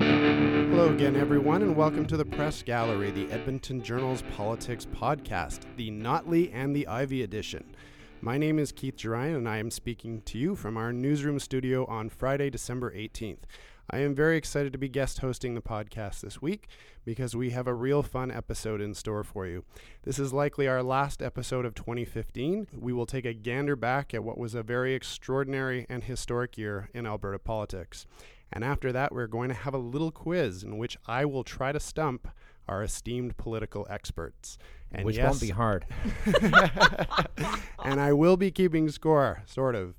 Hello again, everyone, and welcome to the Press Gallery, the Edmonton Journal's Politics Podcast, the Notley and the Ivy edition. My name is Keith Gerion, and I am speaking to you from our newsroom studio on Friday, December 18th. I am very excited to be guest hosting the podcast this week because we have a real fun episode in store for you. This is likely our last episode of 2015. We will take a gander back at what was a very extraordinary and historic year in Alberta politics. And after that, we're going to have a little quiz in which I will try to stump our esteemed political experts. And which yes, won't be hard. and I will be keeping score, sort of.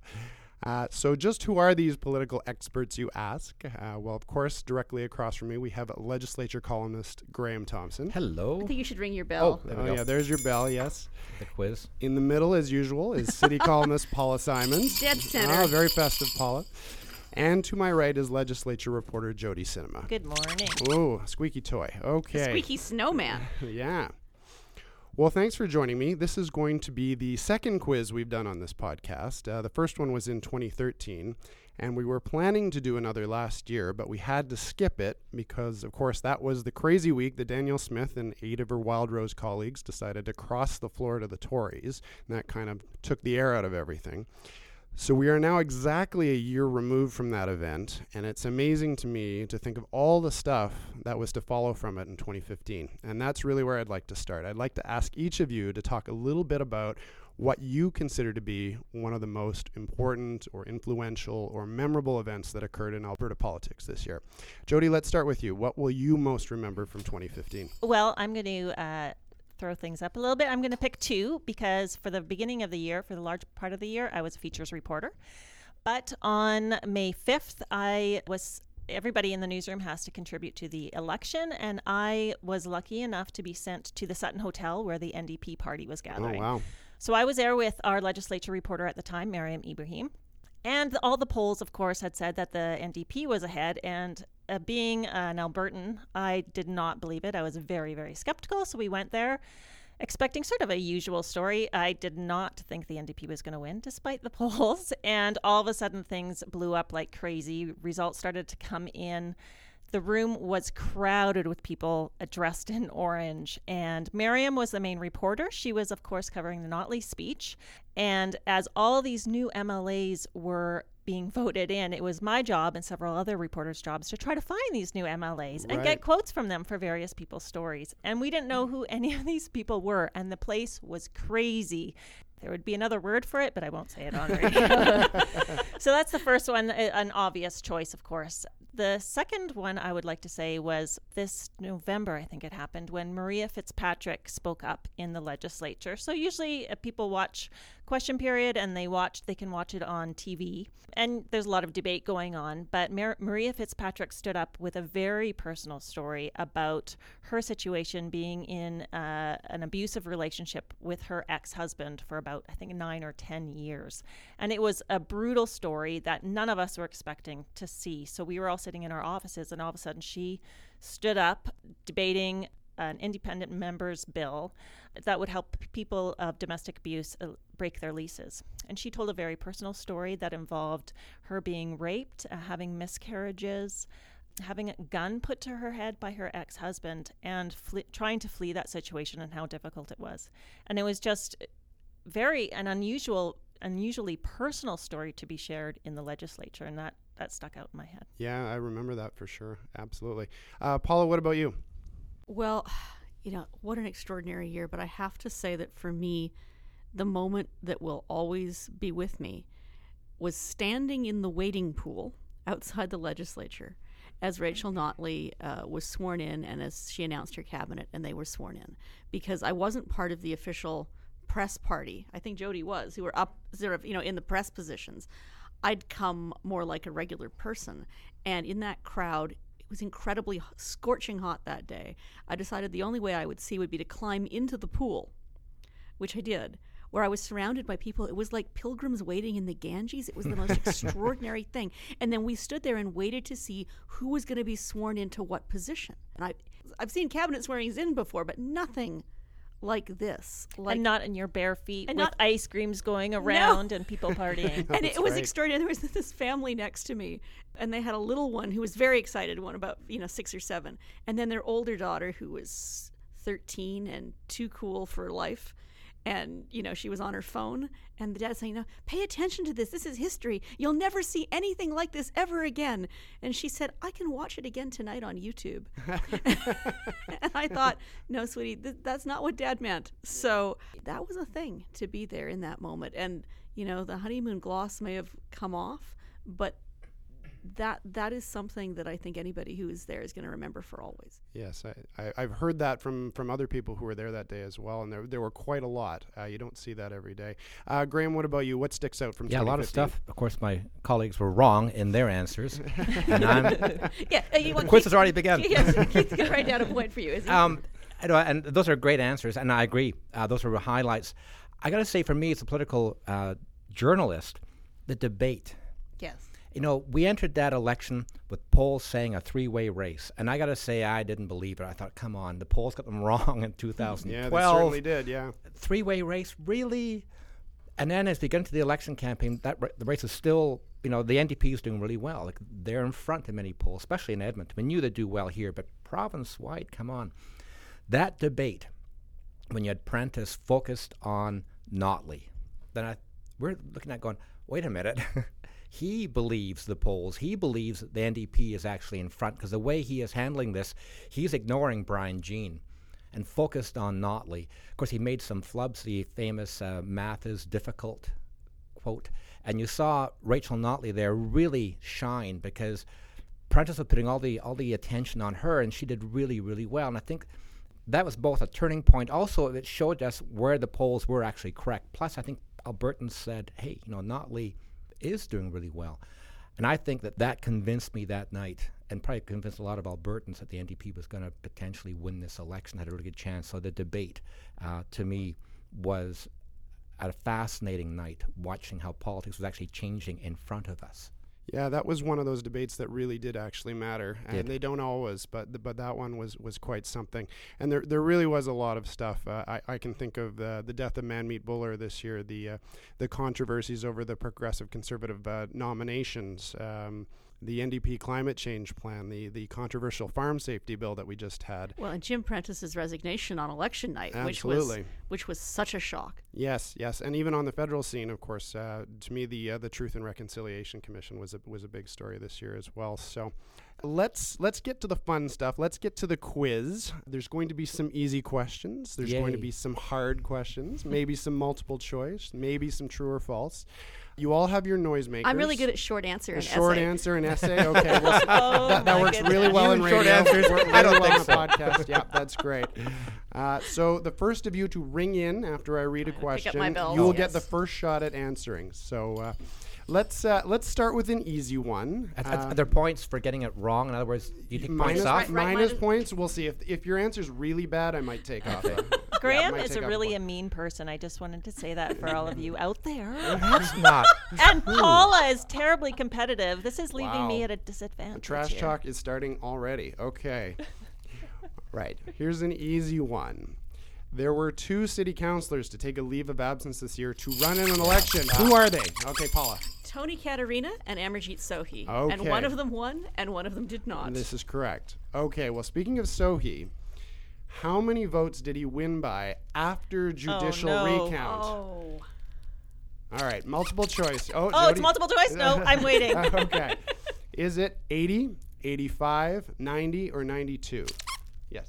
Uh, so, just who are these political experts, you ask? Uh, well, of course, directly across from me, we have legislature columnist Graham Thompson. Hello, I think you should ring your bell. there we Oh, go. yeah, there's your bell, yes. the quiz. In the middle, as usual, is city columnist Paula Simons. Dead center. Ah, very festive, Paula. And to my right is legislature reporter Jody Cinema. Good morning. Oh, squeaky toy. Okay. Squeaky snowman. Yeah. Well, thanks for joining me. This is going to be the second quiz we've done on this podcast. Uh, the first one was in 2013, and we were planning to do another last year, but we had to skip it because, of course, that was the crazy week that Danielle Smith and eight of her Wild Rose colleagues decided to cross the floor to the Tories, and that kind of took the air out of everything. So we are now exactly a year removed from that event, and it's amazing to me to think of all the stuff that was to follow from it in 2015. And that's really where I'd like to start. I'd like to ask each of you to talk a little bit about what you consider to be one of the most important or influential or memorable events that occurred in Alberta politics this year. Jody, let's start with you. What will you most remember from 2015? Well, I'm going to uh, throw things up a little bit. I'm going to pick two because for the beginning of the year, for the large part of the year, I was a features reporter. But on May 5th, I was. Everybody in the newsroom has to contribute to the election, and I was lucky enough to be sent to the Sutton Hotel where the NDP party was Oh, gathering. wow. So I was there with our legislature reporter at the time, Mariam Ibrahim. And the- all the polls, of course, had said that the NDP was ahead. And uh, being an Albertan, I did not believe it. I was very, very skeptical. So we went there expecting sort of a usual story. I did not think the NDP was going to win, despite the polls. And all of a sudden, things blew up like crazy. Results started to come in. The room was crowded with people uh, dressed in orange, and Miriam was the main reporter. She was, of course, covering the Notley speech. And as all these new MLAs were being voted in, it was my job and several other reporters' jobs to try to find these new MLAs and Right. get quotes from them for various people's stories. And we didn't know who any of these people were, and the place was crazy. There would be another word for it, but I won't say it on radio. so that's the first one, a- an obvious choice, of course. The second one I would like to say was this November, I think it happened, when Maria Fitzpatrick spoke up in the legislature. So usually uh, people watch question period and they watch they can watch it on TV. And there's a lot of debate going on, but Mar- Maria Fitzpatrick stood up with a very personal story about her situation being in uh, an abusive relationship with her ex-husband for about I think 9 or 10 years. And it was a brutal story that none of us were expecting to see. So we were all sitting in our offices and all of a sudden she stood up debating an independent member's bill that would help people of domestic abuse uh, break their leases. And she told a very personal story that involved her being raped, uh, having miscarriages, having a gun put to her head by her ex husband, and fle- trying to flee that situation and how difficult it was. And it was just very an unusual, unusually personal story to be shared in the legislature, and that that stuck out in my head. Yeah, I remember that for sure. Absolutely. Uh, Paula, what about you? Well, you know, what an extraordinary year, but I have to say that for me, the moment that will always be with me was standing in the waiting pool outside the legislature as Rachel Notley uh, was sworn in and as she announced her cabinet and they were sworn in because I wasn't part of the official press party, I think Jody was, who were up sort of, you know, in the press positions, I'd come more like a regular person. And in that crowd, it was incredibly h- scorching hot that day. I decided the only way I would see would be to climb into the pool, which I did, where I was surrounded by people. It was like pilgrims waiting in the Ganges. It was the most extraordinary thing. And then we stood there and waited to see who was going to be sworn into what position. And I, I've seen cabinet swearings in before, but nothing like this. Like and not in your bare feet And with not- ice creams going around and people partying. and it, That's was right. extraordinary. There was this family next to me, and they had a little one who was very excited, one about you know six or seven, and then their older daughter who was thirteen and too cool for life. And you know she was on her phone, and the dad saying, "No, pay attention to this. This is history. You'll never see anything like this ever again." And she said, "I can watch it again tonight on YouTube." and I thought, no, sweetie, th- that's not what dad meant. So that was a thing to be there in that moment. And, you know, the honeymoon gloss may have come off, but that that is something that I think anybody who is there is going to remember for always. Yes, I, I, I've heard that from, from other people who were there that day as well, and there, there were quite a lot. Uh, you don't see that every day. Uh, Graham, what about you? What sticks out from Yeah, a lot of 2015? stuff. Of course, my colleagues were wrong in their answers, and I'm Yeah. uh, you want quiz Keith- has already begun. Yes, Keith's going to write down a point for you, Uh, isn't he? um, I know, and those are great answers, and I agree. Uh, those were highlights. I got to say, for me, as a political uh, journalist, the debate. yes. You know, we entered that election with polls saying a three-way race, and I got to say, I didn't believe it. I thought, come on, the polls got them wrong in 2012 Yeah, they certainly did, yeah. three-way race really and then as they get into the election campaign that ra- the race is still you know the ndp is doing really well like they're in front in many polls especially in edmonton we knew they do well here but province-wide come on that debate when you had prentice focused on notley then i we're looking at going wait a minute he believes the polls he believes that the ndp is actually in front because the way he is handling this he's ignoring brian jean and focused on Notley. Of course, he made some flubs, the famous uh, math is difficult quote. And you saw Rachel Notley there really shine because Prentice was putting all the all the attention on her, and she did really really well. And I think that was both a turning point. Also, it showed us where the polls were actually correct. Plus, I think Albertans said, "Hey, you know, Notley is doing really well," and I think that that convinced me that night, and probably convinced a lot of Albertans that the NDP was going to potentially win this election, had a really good chance. So the debate, uh, to me, was a fascinating night watching how politics was actually changing in front of us. Yeah, that was one of those debates that really did actually matter, and Did. they don't always. But th- but that one was was quite something, and there there really was a lot of stuff. Uh, I I can think of uh, the death of Man Meat Buller this year, the uh, the controversies over the progressive conservative uh, nominations. Um, the NDP climate change plan, the, the controversial farm safety bill that we just had. Well, and Jim Prentice's resignation on election night, which Absolutely. was which was such a shock. Yes, yes, and even on the federal scene, of course. Uh, to me, the uh, the Truth and Reconciliation Commission was a, was a big story this year as well. So, let's let's get to the fun stuff. Let's get to the quiz. There's going to be some easy questions. There's going to Yay. be some hard questions. Maybe some multiple choice. Maybe some true or false. You all have your noisemakers. I'm really good at short answer a and short essay. answer and essay. Okay, well, oh, that, that my works goodness. really well in You radio. short answers. Work I don't really well think on the podcast. Yeah, that's great. Uh, so the first of you to ring in after I read a pick up question, my bells, you will get the yes. first shot at answering. So uh, let's uh, let's start with an easy one. Are- Uh, are- are there points for getting it wrong? In other words, do you take minus- points off? right, minus minus- points. We'll see if if your answer's really bad, I might take off. a- yeah, Graham might is take a off really a point. mean person. I just wanted to say that for all of you out there. That's not. and Paula is terribly competitive. This is leaving Wow. me at a disadvantage. trash here. talk is starting already. Okay. right. Here's an easy one. There were two city councilors to take a leave of absence this year to run in an election. Ah. Who are they? Okay, Paula. Tony Katarina and Amarjeet Sohi. And Okay. one of them won and one of them did not. This is correct. Okay, well, speaking of Sohi, how many votes did he win by after judicial Oh, no. recount? oh. All right, multiple choice. Oh, Oh, it's Jody- multiple choice? No, I'm waiting. okay. Is it 80, 85, 90, or 92? Yes.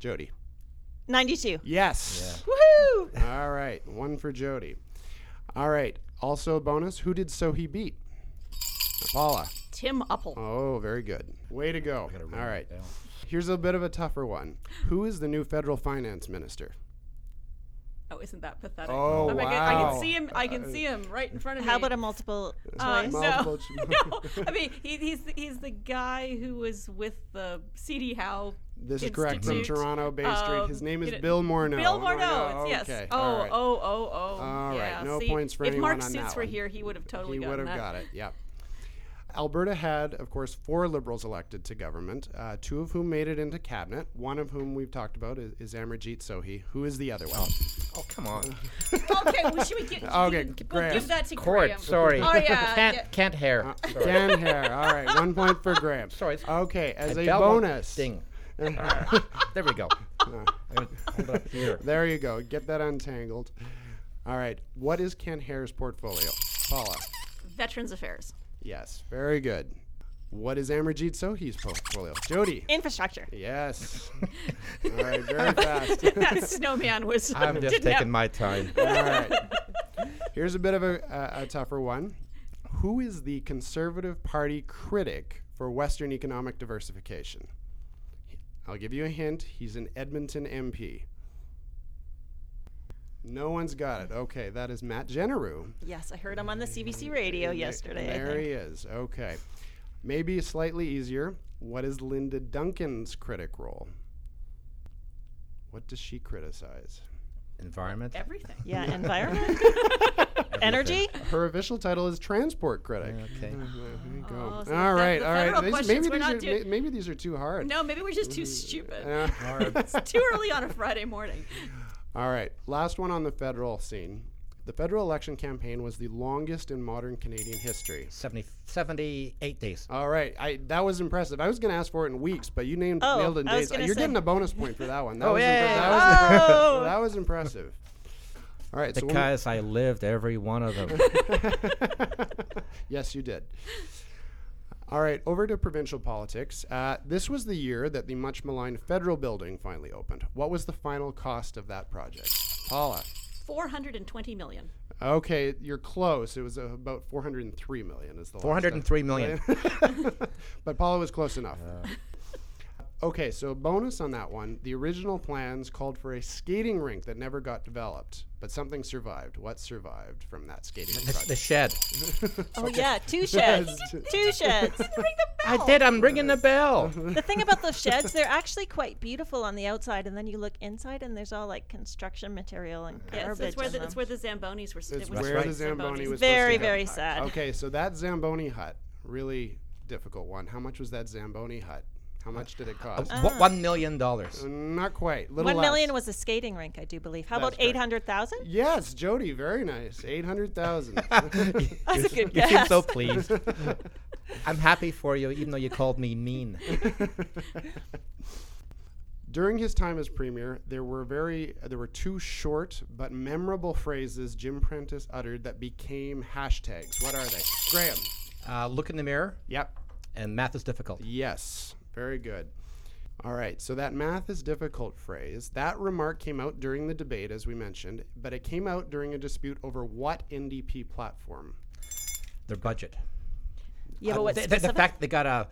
Jody. 92. Yes. Woohoo! All right, one for Jody. All right, also a bonus. Who did Sohi beat? Paula. Tim Uppel. Oh, very good. Way to go. All right. Here's a bit of a tougher one. Who is the new federal finance minister? Oh, isn't that pathetic? Oh, I, mean, I can- I wow. can see him. I can see him right in front of me. How about a multiple Uh, choice? no, Multiple no. I mean, he, he's the- he's the guy who was with the CD Howe. This is correct from Institute. Toronto Bay Street. His Um, name is you know, Bill Morneau. Bill Am I Morneau. right? it's- Okay, Yes. all Oh, right. oh, oh, oh. All right, yeah. no see, points for If anyone Mark on that Suits were one. here, he would have totally he would gotten have that. got it. Yep. Alberta had, of course, four Liberals elected to government, uh, two of whom made it into cabinet. One of whom we've talked about is, is Amarjeet Sohi. Who is the other one? Oh, come on. okay, well, should we give, Okay, we'll Graham. give that to Graham? Court, sorry. Oh, yeah, Can't, yeah. can't hair. Uh, sorry. Dan Hare. All right, one point for Graham. Sorry, it's- Okay, as a Bell won't bonus. Ding. there we go. I'm gonna hold up here. There you go. Get that untangled. All right. What is Ken Hare's portfolio? Paula. Veterans Affairs. Yes. Very good. What is Amarjeet Sohi's portfolio? Jody. Infrastructure. Yes. All right. Very fast. that snowman was. I'm just didn't taking have- my time. All right. Here's a bit of a, a, a tougher one. Who is the Conservative Party critic for Western economic diversification? I'll give you a hint. He's an Edmonton MP. No one's got it. Okay, that is Matt Jenneru. Yes, I heard him on the CBC radio yesterday. I There think. he is. Okay. Maybe slightly easier. What is Linda Duncan's critic role? What does she criticize? Environment. Everything. Yeah, environment, energy. Her official title is transport critic. Okay. There you go. Oh, so all the- right, the all federal right. These- questions maybe were these not are too- ma- maybe these are too hard. No, maybe we're just too stupid. Uh, It's too early on a Friday morning. all right. Last one on the federal scene. The federal election campaign was the longest in modern Canadian history. 70, 78 days. All right, I, that was impressive. I was going to ask for it in weeks, but you named Oh, nailed it in I was days. Uh, gonna You're say- getting a bonus point for that one. That Oh, was yeah, impre- yeah, that, was Oh. that was impressive. All right, so when we- Because I lived every one of them. yes, you did. All right, over to provincial politics. Uh, this was the year that the much maligned federal building finally opened. What was the final cost of that project? Paula. 420 million. Okay, you're close. It was uh, about 403 million is the last 403 million. estimate. but Paula was close enough. Okay, so bonus on that one. The original plans called for a skating rink that never got developed, but something survived. What survived from that skating The, the project? shed. Oh yeah, two sheds. two sheds. Oh. I did. I'm ringing the bell. The thing about those sheds, they're actually quite beautiful on the outside, and then you look inside, and there's all like construction material and Yeah, it's, garbage. it's, where in the, them. it's where the Zambonis were. It's it was where right. the Zamboni was very, supposed to very happen. sad. Okay, so that Zamboni hut, really difficult one. How much was that Zamboni hut? How much did it cost? Wh- One million dollars. Not quite. Little Uh, One less. million was a skating rink, I do believe. How That's about correct. eight hundred thousand? Yes, Jody, very nice. 800,000. That's a good You seem guess. so pleased. I'm happy for you, even though you called me mean. During his time as premier, there were very there were two short but memorable phrases Jim Prentice uttered that became hashtags. What are they? Graham. Uh, look in the mirror, Yep. and math is difficult. Yes. Very good. All right. So that math is difficult phrase. That remark came out during the debate, as we mentioned, but it came out during a dispute over what NDP platform. Their budget. yeah, Uh, but what the, the- the specific- fact they got a,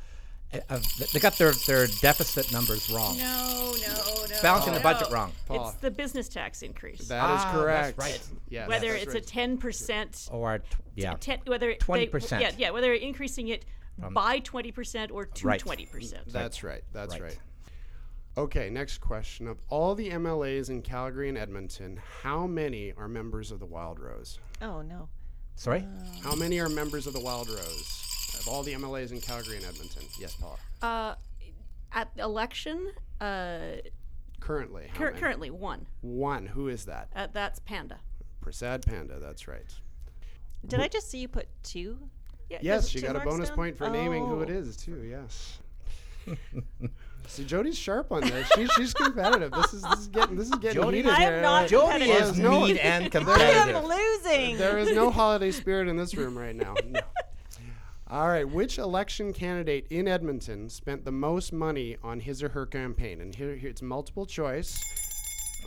a, a they got their, their deficit numbers wrong. No, no, no. Balancing the no. budget wrong. Paula. It's the business tax increase. That is Ah, that's correct. right. Yes, whether that's it's right. a 10 percent, Or t- yeah. ten, whether it- they- 20%. yeah, yeah, whether increasing it by 20 percent or to Um, Right. 20 percent. That's right. That's right. Right. Okay, next question. Of all the MLAs in Calgary and Edmonton, how many are members of the Wild Rose? Oh no. Sorry. How many are members of the Wild Rose? Of all the MLAs in Calgary and Edmonton. Yes, Paula. At the election, uh, Currently, how cur- many? currently one. One. Who is that? Uh, that's Panda. Prasad Panda, that's right. Did I just see you put two? Yeah, Yes, Does she two got a marks bonus down? point for naming who it Oh. is, too, yes. See, Jody's sharp on this. She, she's competitive. This is this is getting this is getting Jody- heated I am here. not Jody competitive. is No, mean and I competitive. am Oh, losing. There is no holiday spirit in this room right now. No. All right, which election candidate in Edmonton spent the most money on his or her campaign? And here, here it's multiple choice.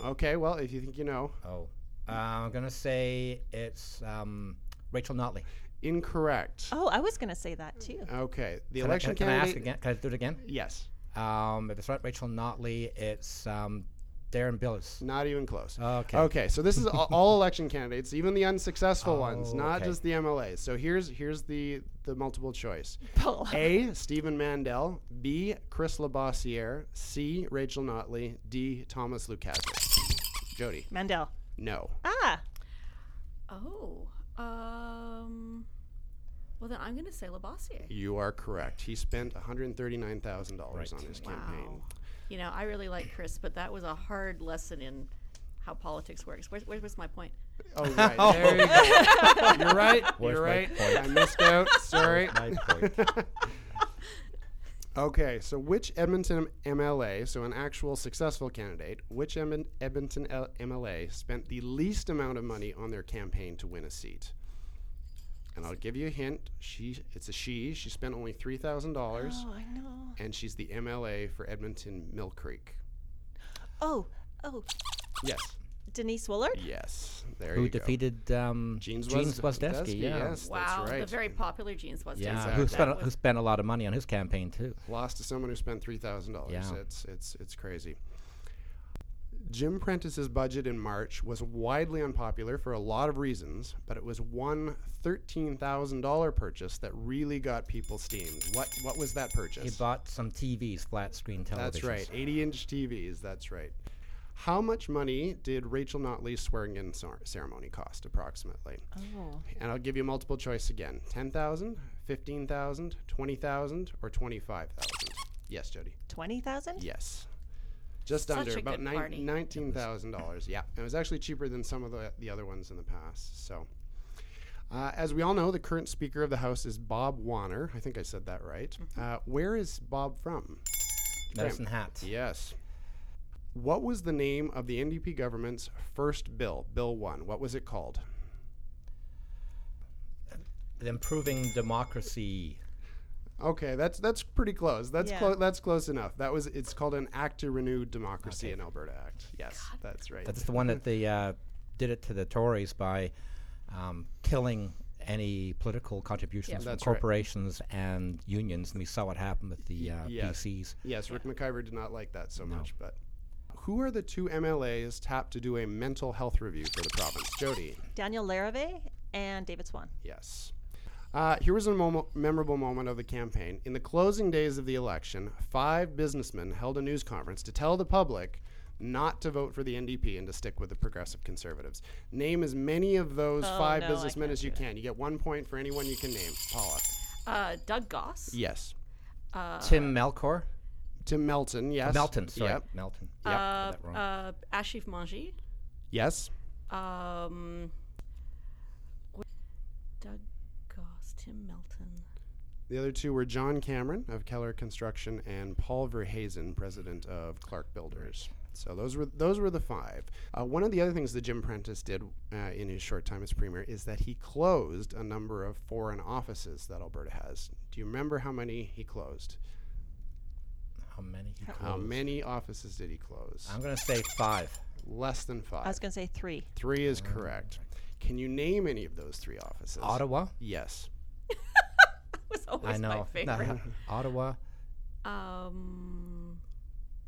Okay, well, if you think you know, Oh, uh, I'm gonna say it's um, Rachel Notley. incorrect. Oh, I was gonna say that too. Okay, the Can I- election can, I- can I candidate. ask again? Can I do it again? Yes. Um, if it's not Rachel Notley, it's um, Darren Billis. Not even close. Okay. Okay. So this is all, all election candidates, even the unsuccessful ones, Oh, not okay. just the MLAs. So here's here's the the multiple choice. Pull. A. Stephen Mandel. B. Chris Labossiere. C. Rachel Notley. D. Thomas Lukasik. Jody. Mandel. No. Ah, Oh. Um. Well, then I'm going to say Labassier. You are correct. He spent $139,000 Right. on his Wow. campaign. You know, I really like Chris, but that was a hard lesson in how politics works. Where, where was my point? Oh, right. There you go. You're right. Where's You're my right. point? I missed out. Sorry. My point. Okay, so which Edmonton MLA, so an actual successful candidate, which Edmon- Edmonton L- MLA spent the least amount of money on their campaign to win a seat? And I'll give you a hint. She, it's a she. She spent only three thousand dollars, oh, I know. and she's the MLA for Edmonton Mill Creek. Oh, oh, Yes, Denise Willard. yes. There Who you go. defeated um, Jean Gene Swaz- Swasdesky? Swasdesky, Yeah. Yes, Wow, that's right. the very popular Jeans was Yeah, Exactly. who That spent was- who spent a lot of money on his campaign too? lost to someone who spent three thousand dollars. Yeah. It's it's it's crazy. Jim Prentice's budget in March was widely unpopular for a lot of reasons, but it was one thirteen thousand dollar purchase that really got people steamed. What what was that He purchase? bought some TVs, flat screen televisions. that's right, eighty inch TVs. That's right. How much money did Rachel Notley's swearing-in cer- ceremony cost approximately? Oh, And I'll give you multiple choice again: ten thousand, fifteen thousand, twenty thousand, or twenty-five thousand. Yes, Jody. twenty thousand. Yes. Just Such under a about good nine, party. nineteen thousand dollars. Yeah, and it was actually cheaper than some of the the other ones in the past. So, uh, as we all know, the current Speaker of the House is Bob Warner. I think I said that right. Mm-hmm. Uh, where is Bob from? Medicine Hat. Yes. What was the name of the NDP government's first bill, Bill One? What was it called? The Improving democracy. Okay, that's that's pretty close. That's Yeah. close. That's close enough. That was. It's called an Act to Renew Democracy in Alberta Act. Yes, that's right. That's the one that they uh, did it to the Tories by um, killing any political contributions from That's right. corporations and unions, and we saw what happened with the uh, yes. PCs. Yes, Rick McIver did not like that so much, but who are the two MLAs tapped to do a mental health review for the province? Jody. Daniel Larrave and David Swan. Yes. Uh, here was a mom- memorable moment of the campaign. In the closing days of the election, five businessmen held a news conference to tell the public not to vote for the NDP and to stick with the progressive conservatives. Name as many of those Oh, five no, I businessmen can't as you do can. You get one point for anyone you can name. Paula. Uh, Doug Goss. Yes. Uh, Tim Melkor, Tim Melton. Yes. Melton, sorry, Yep. Melton. Yep. Uh, that wrong. uh, Ashif Manji. yes. Um, wh- Doug Goss, Tim Melton. The other two were John Cameron of Keller Construction and Paul Verhazen, president of Clark Builders. So those were those were the five. Uh, one of the other things that Jim Prentice did uh, in his short time as premier is that he closed a number of foreign offices that Alberta has. Do you remember how many he closed? How many? He How closed? many offices did he close? I'm going to say five. Less than five. I was going to say three. three is correct. Can you name any of those three offices? Ottawa. Yes. was always I my know. No, favorite. Ottawa. Um,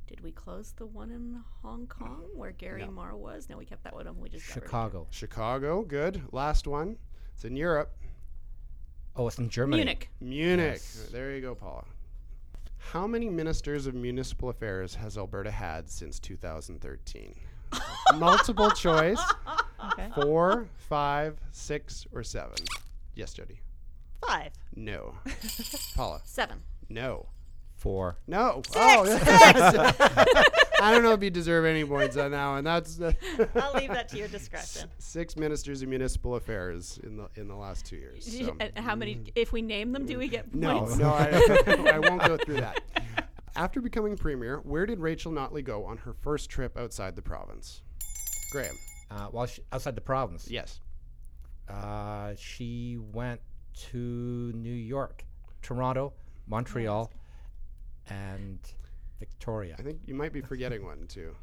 did we close the one in Hong Kong where Gary Marr was? No, we kept that one open. We just got rid of it. Chicago. Chicago. Good. Last one. It's in Europe. Oh, it's in Germany. Munich. Munich. Yes. There you go, Paula. How many ministers of municipal affairs has Alberta had since 2013? Multiple choice. Okay. Four, five, six, or seven? Yes, Jody. Five. No. Paula. Seven. No. Four. No. Oh, yes. I don't know if you deserve any points on that one. That's I'll leave that to your discretion. six ministers of municipal affairs in the in the last two years. Did you- so. and how many? If we name them, do we get No, points? no, I, I won't go through that. After becoming premier, where did Rachel Notley go on her first trip outside the province? Graham. Uh, well, she, outside the province. Yes. Uh, she went to New York, Toronto, Montreal, and Victoria. I think you might be forgetting one too.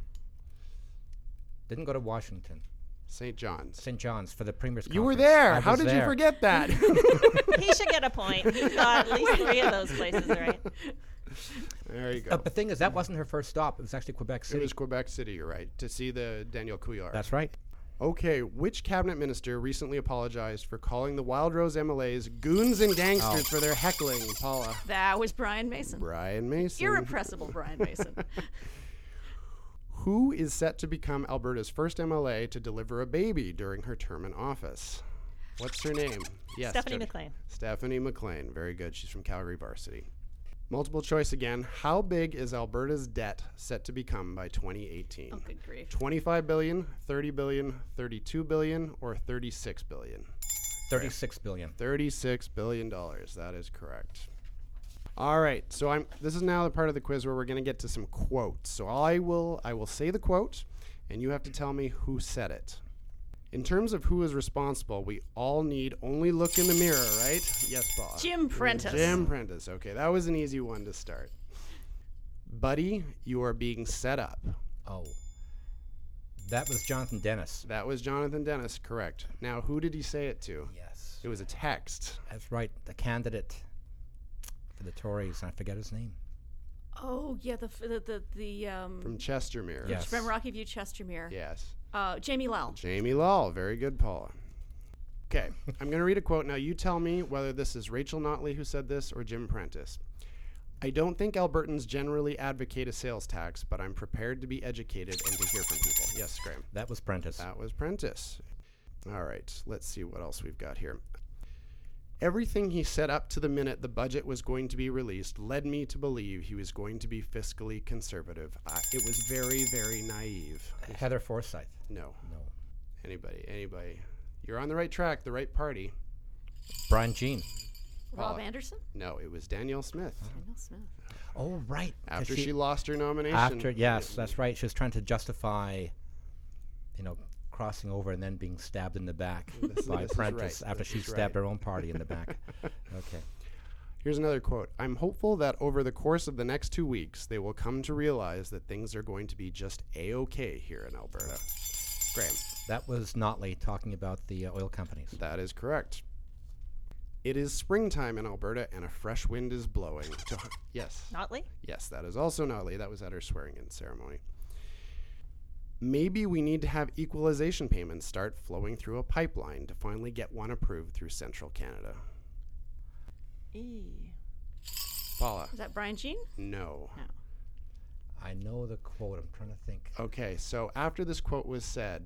Didn't go to Washington. St. John's. St. John's for the Premier's You were Conference. there. I How was did you there. forget that? He should get a point. He got at least three of those places right. There you go. Uh, but the thing is, that wasn't her first stop. It was actually Quebec it City. was Quebec City, you're right, to see the Daniel Couillard. That's right. okay, which cabinet minister recently apologized for calling the Wild Rose MLAs goons and gangsters Oh. for their heckling, Paula? That was Brian Mason. Brian Mason. Irrepressible Brian Mason. Who is set to become Alberta's first MLA to deliver a baby during her term in office? What's her name? Yes, Stephanie Jody. McLean. Stephanie McLean. Very good. She's from Calgary Varsity. Multiple choice again. How big is Alberta's debt set to become by 2018? oh, good grief. 25 billion, 30 billion, 32 billion, or 36 billion? Thirty-six billion. 36 billion dollars. That is correct. All right. So I'm this is now the part of the quiz where we're going to get to some quotes. So I will I will say the quote and you have to tell me who said it. In terms of who is responsible, we all need only look in the mirror, right? Yes, boss. Jim Prentice. Jim Prentice. Okay, that was an easy one to start. Buddy, you are being set up. Oh, that was Jonathan Dennis. That was Jonathan Dennis, correct. Now, who did he say it to? Yes, It was a text. that's right. The candidate for the Tories. I forget his name. Oh, yeah, the, f- the, the, the um, From Chestermere. Yes. from Rocky View, Chestermere. Yes. Uh, Jamie Lowell. Jamie Law. Very good, Paula. Okay, I'm going to read a quote. Now, you tell me whether this is Rachel Notley who said this or Jim Prentice. I don't think Albertans generally advocate a sales tax, but I'm prepared to be educated and to hear from people. Yes, Graham. That was Prentice. That was Prentice. All right, let's see what else we've got here. Everything he set up to the minute the budget was going to be released led me to believe he was going to be fiscally conservative. I, it was very, very naive. Heather Forsyth. No, No. anybody, anybody. You're on the right track, the right party. Brian Jean. Rob Paula. Anderson? No, it was Danielle Smith. Daniel Smith. Oh right. 'cause After she, lost her nomination. After yes, that's right. She was trying to justify, you know, crossing over and then being stabbed in the back by this is right, Prentice after this she is stabbed right. her own party in the back. okay. Here's another quote I'm hopeful that over the course of the next two weeks, they will come to realize that things are going to be just A OK here in Alberta. Graham, That was Notley talking about the uh, oil companies. that is correct. It is springtime in Alberta and a fresh wind is blowing. John- yes. Notley? Yes, that is also Notley. That was at her swearing in ceremony. Maybe we need to have equalization payments start flowing through a pipeline to finally get one approved through central Canada. E. Paula, Is that Brian Jean? no. I know the quote. I'm trying to think. Okay, so after this quote was said,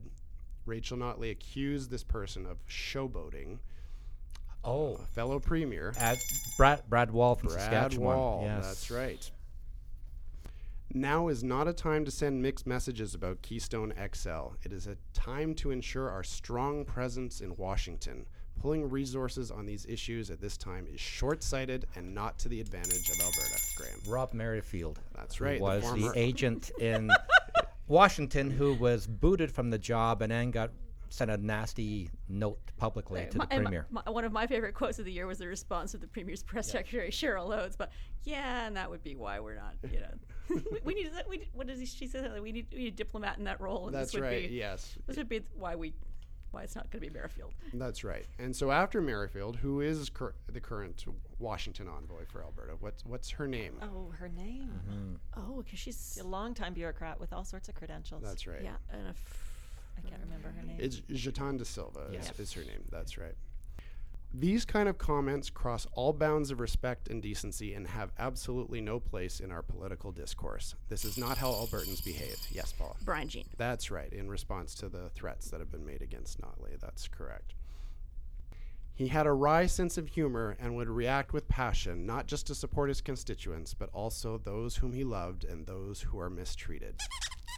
Rachel Notley accused this person of showboating, Oh, a fellow premier, at Brad Brad Wall from Brad Saskatchewan. Wall. Yes. That's right. Now is not a time to send mixed messages about Keystone XL. It is a time to ensure our strong presence in Washington. Pulling resources on these issues at this time is short sighted and not to the advantage of Alberta. Graham. Rob Merrifield. That's who right, the was the former- agent in Washington who was booted from the job and then got sent a nasty note publicly to My- the and my- premier. my- one of my favorite quotes of the year was the response of the premier's press secretary Cheryl Oates, but yeah, and that would be why we're not, you know, we, we need that. We need- what does she say? That we need we need a diplomat in that role. And That's this would right, Be, yes. This would be why we why it's not going to be Merrifield. That's right. And so after Merrifield, who is cur- the current Washington envoy for Alberta? What's what's her name? Oh, her name. Mm-hmm. Oh, because she's A longtime bureaucrat with all sorts of credentials. That's right. yeah, and a f- I can't remember her name. It's Jetan de Silva is, Yes. is her name. That's right. These kind of comments cross all bounds of respect and decency and have absolutely no place in our political discourse. This is not how Albertans behave. Yes, Paula. Brian Jean. That's right, in response to the threats that have been made against Notley. That's correct. He had a wry sense of humor and would react with passion, not just to support his constituents, but also those whom he loved and those who are mistreated.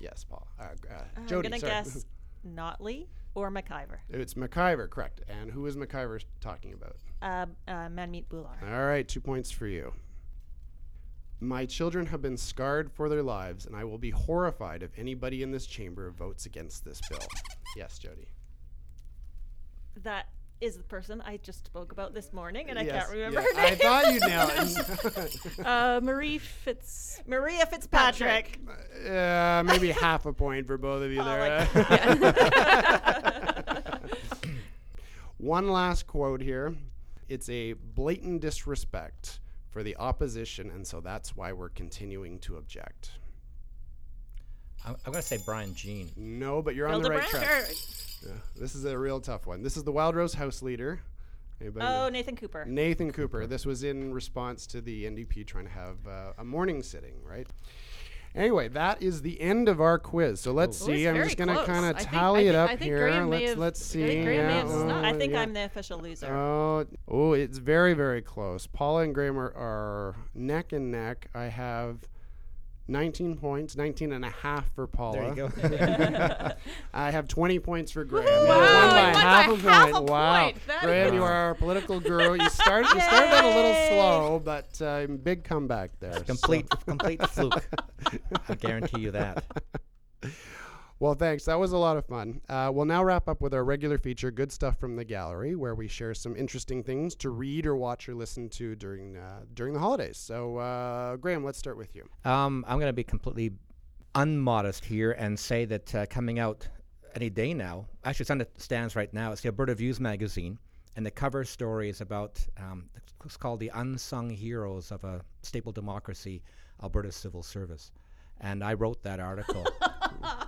Yes, Paul. Uh, uh, I'm Jody, gonna sorry. guess Notley or McIver. It's McIver, correct. And who is McIver talking about? Uh, uh, Manmeet Bular. All right, two points for you. My children have been scarred for their lives, and I will be horrified if anybody in this chamber votes against this bill. Yes, Jody. That is the person I just spoke about this morning, and I Yes, can't remember yeah. her name. I thought you would Uh, Marie Fitz. Maria Fitzpatrick. now. uh, maybe half a point for both of Oh, you there. One last quote here. It's a blatant disrespect for the opposition, and so that's why we're continuing to object. I'm, I'm going to say Brian Jean. No, but you're on the right track. Yeah, this is a real tough one. This is the Wild Rose House leader. Anybody know? Oh, Nathan Cooper. Nathan Cooper. This was in response to the NDP trying to have uh, a morning sitting, right? Anyway, that is the end of our quiz. So let's Oh. Ooh. It was see. I'm very just going to close. kind I of think- tally I it thi- up I think here. Graham may let's have- let's I see. think Graham may have Yeah, snuck. I oh, think yeah. I'm the official loser. Oh, oh, it's very, very close. Paula and Graham are, are neck and neck. I have 19 points, 19 and a half for Paula. There you go. I have 20 points for Graham. Woohoo! You Wow, won you by won by half a half a point. Wow. point. That Graham, you is- are our political guru. You started, you started out a little Yay! slow, but uh, big comeback there. complete, complete fluke. I guarantee you that. Well, thanks. That was a lot of fun. Uh, we'll now wrap up with our regular feature, Good Stuff from the Gallery, where we share some interesting things to read or watch or listen to during uh, during the holidays. So, uh, Graham, let's start with you. Um, I'm going to be completely unmodest here and say that uh, coming out any day now, actually, it's on the stands right now. It's the Alberta Views magazine, and the cover story is about um, it's called "The Unsung Heroes of a Stable Democracy: Alberta's Civil Service," and I wrote that article. Uh,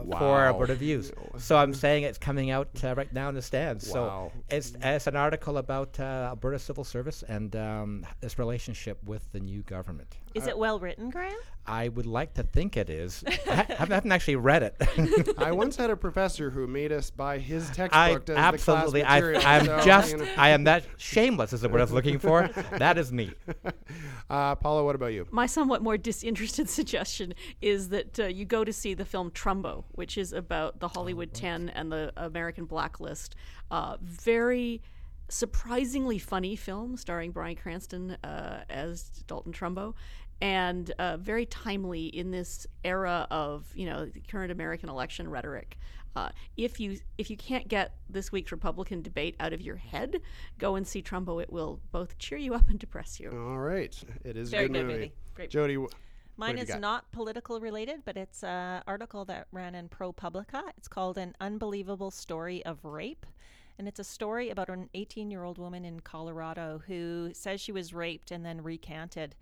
For Wow. Alberta Views, so I'm saying it's coming out uh, right now in the stands. Wow. So it's, it's an article about uh, Alberta civil service and um, its relationship with the new government. Is it well written, Graham? I would like to think it is. I ha- haven't, haven't actually read it. I once had a professor who made us buy his textbook I as absolutely. the class I, material. I'm so, just. you know. I am that shameless. Is the word I was looking for. That is me. uh, Paula, what about you? My somewhat more disinterested suggestion is that uh, you go to see the film Trumbo, which is about the Hollywood 10 and the American Blacklist. Uh, very surprisingly funny film starring Brian Cranston uh, as Dalton Trumbo. And uh, very timely in this era of you know the current American election rhetoric. Uh, if you if you can't get this week's Republican debate out of your head, go and see Trumbo. It will both cheer you up and depress you. All right, it is Very a good, good movie. movie. Great Jody, wh- have Mine you is got? not political related, but it's an article that ran in ProPublica. It's called An Unbelievable Story of Rape. And it's a story about an 18 year old woman in Colorado who says she was raped and then recanted.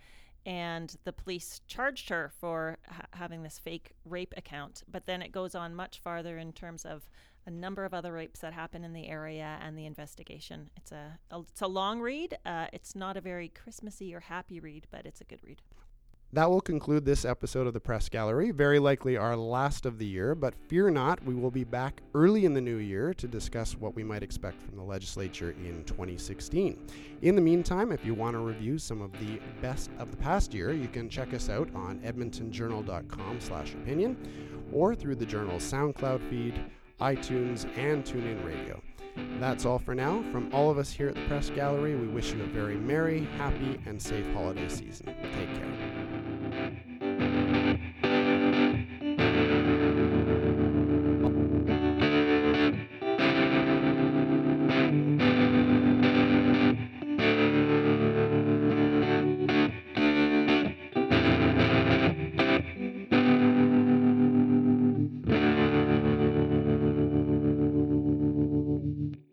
And the police charged her for ha- having this fake rape account. But then it goes on much farther in terms of a number of other rapes that happen in the area and the investigation. It's a, a- it's a long read. Uh, it's not a very Christmassy or happy read, but it's a good read. That will conclude this episode of the Press Gallery, very likely our last of the year, but fear not, we will be back early in the new year to discuss what we might expect from the legislature in 2016. In the meantime, if you want to review some of the best of the past year, you can check us out on edmontonjournal.com slash opinion or through the journal's SoundCloud feed, iTunes, and TuneIn Radio. That's all for now. From all of us here at the Press Gallery, we wish you a very merry, happy, and safe holiday season. Take care.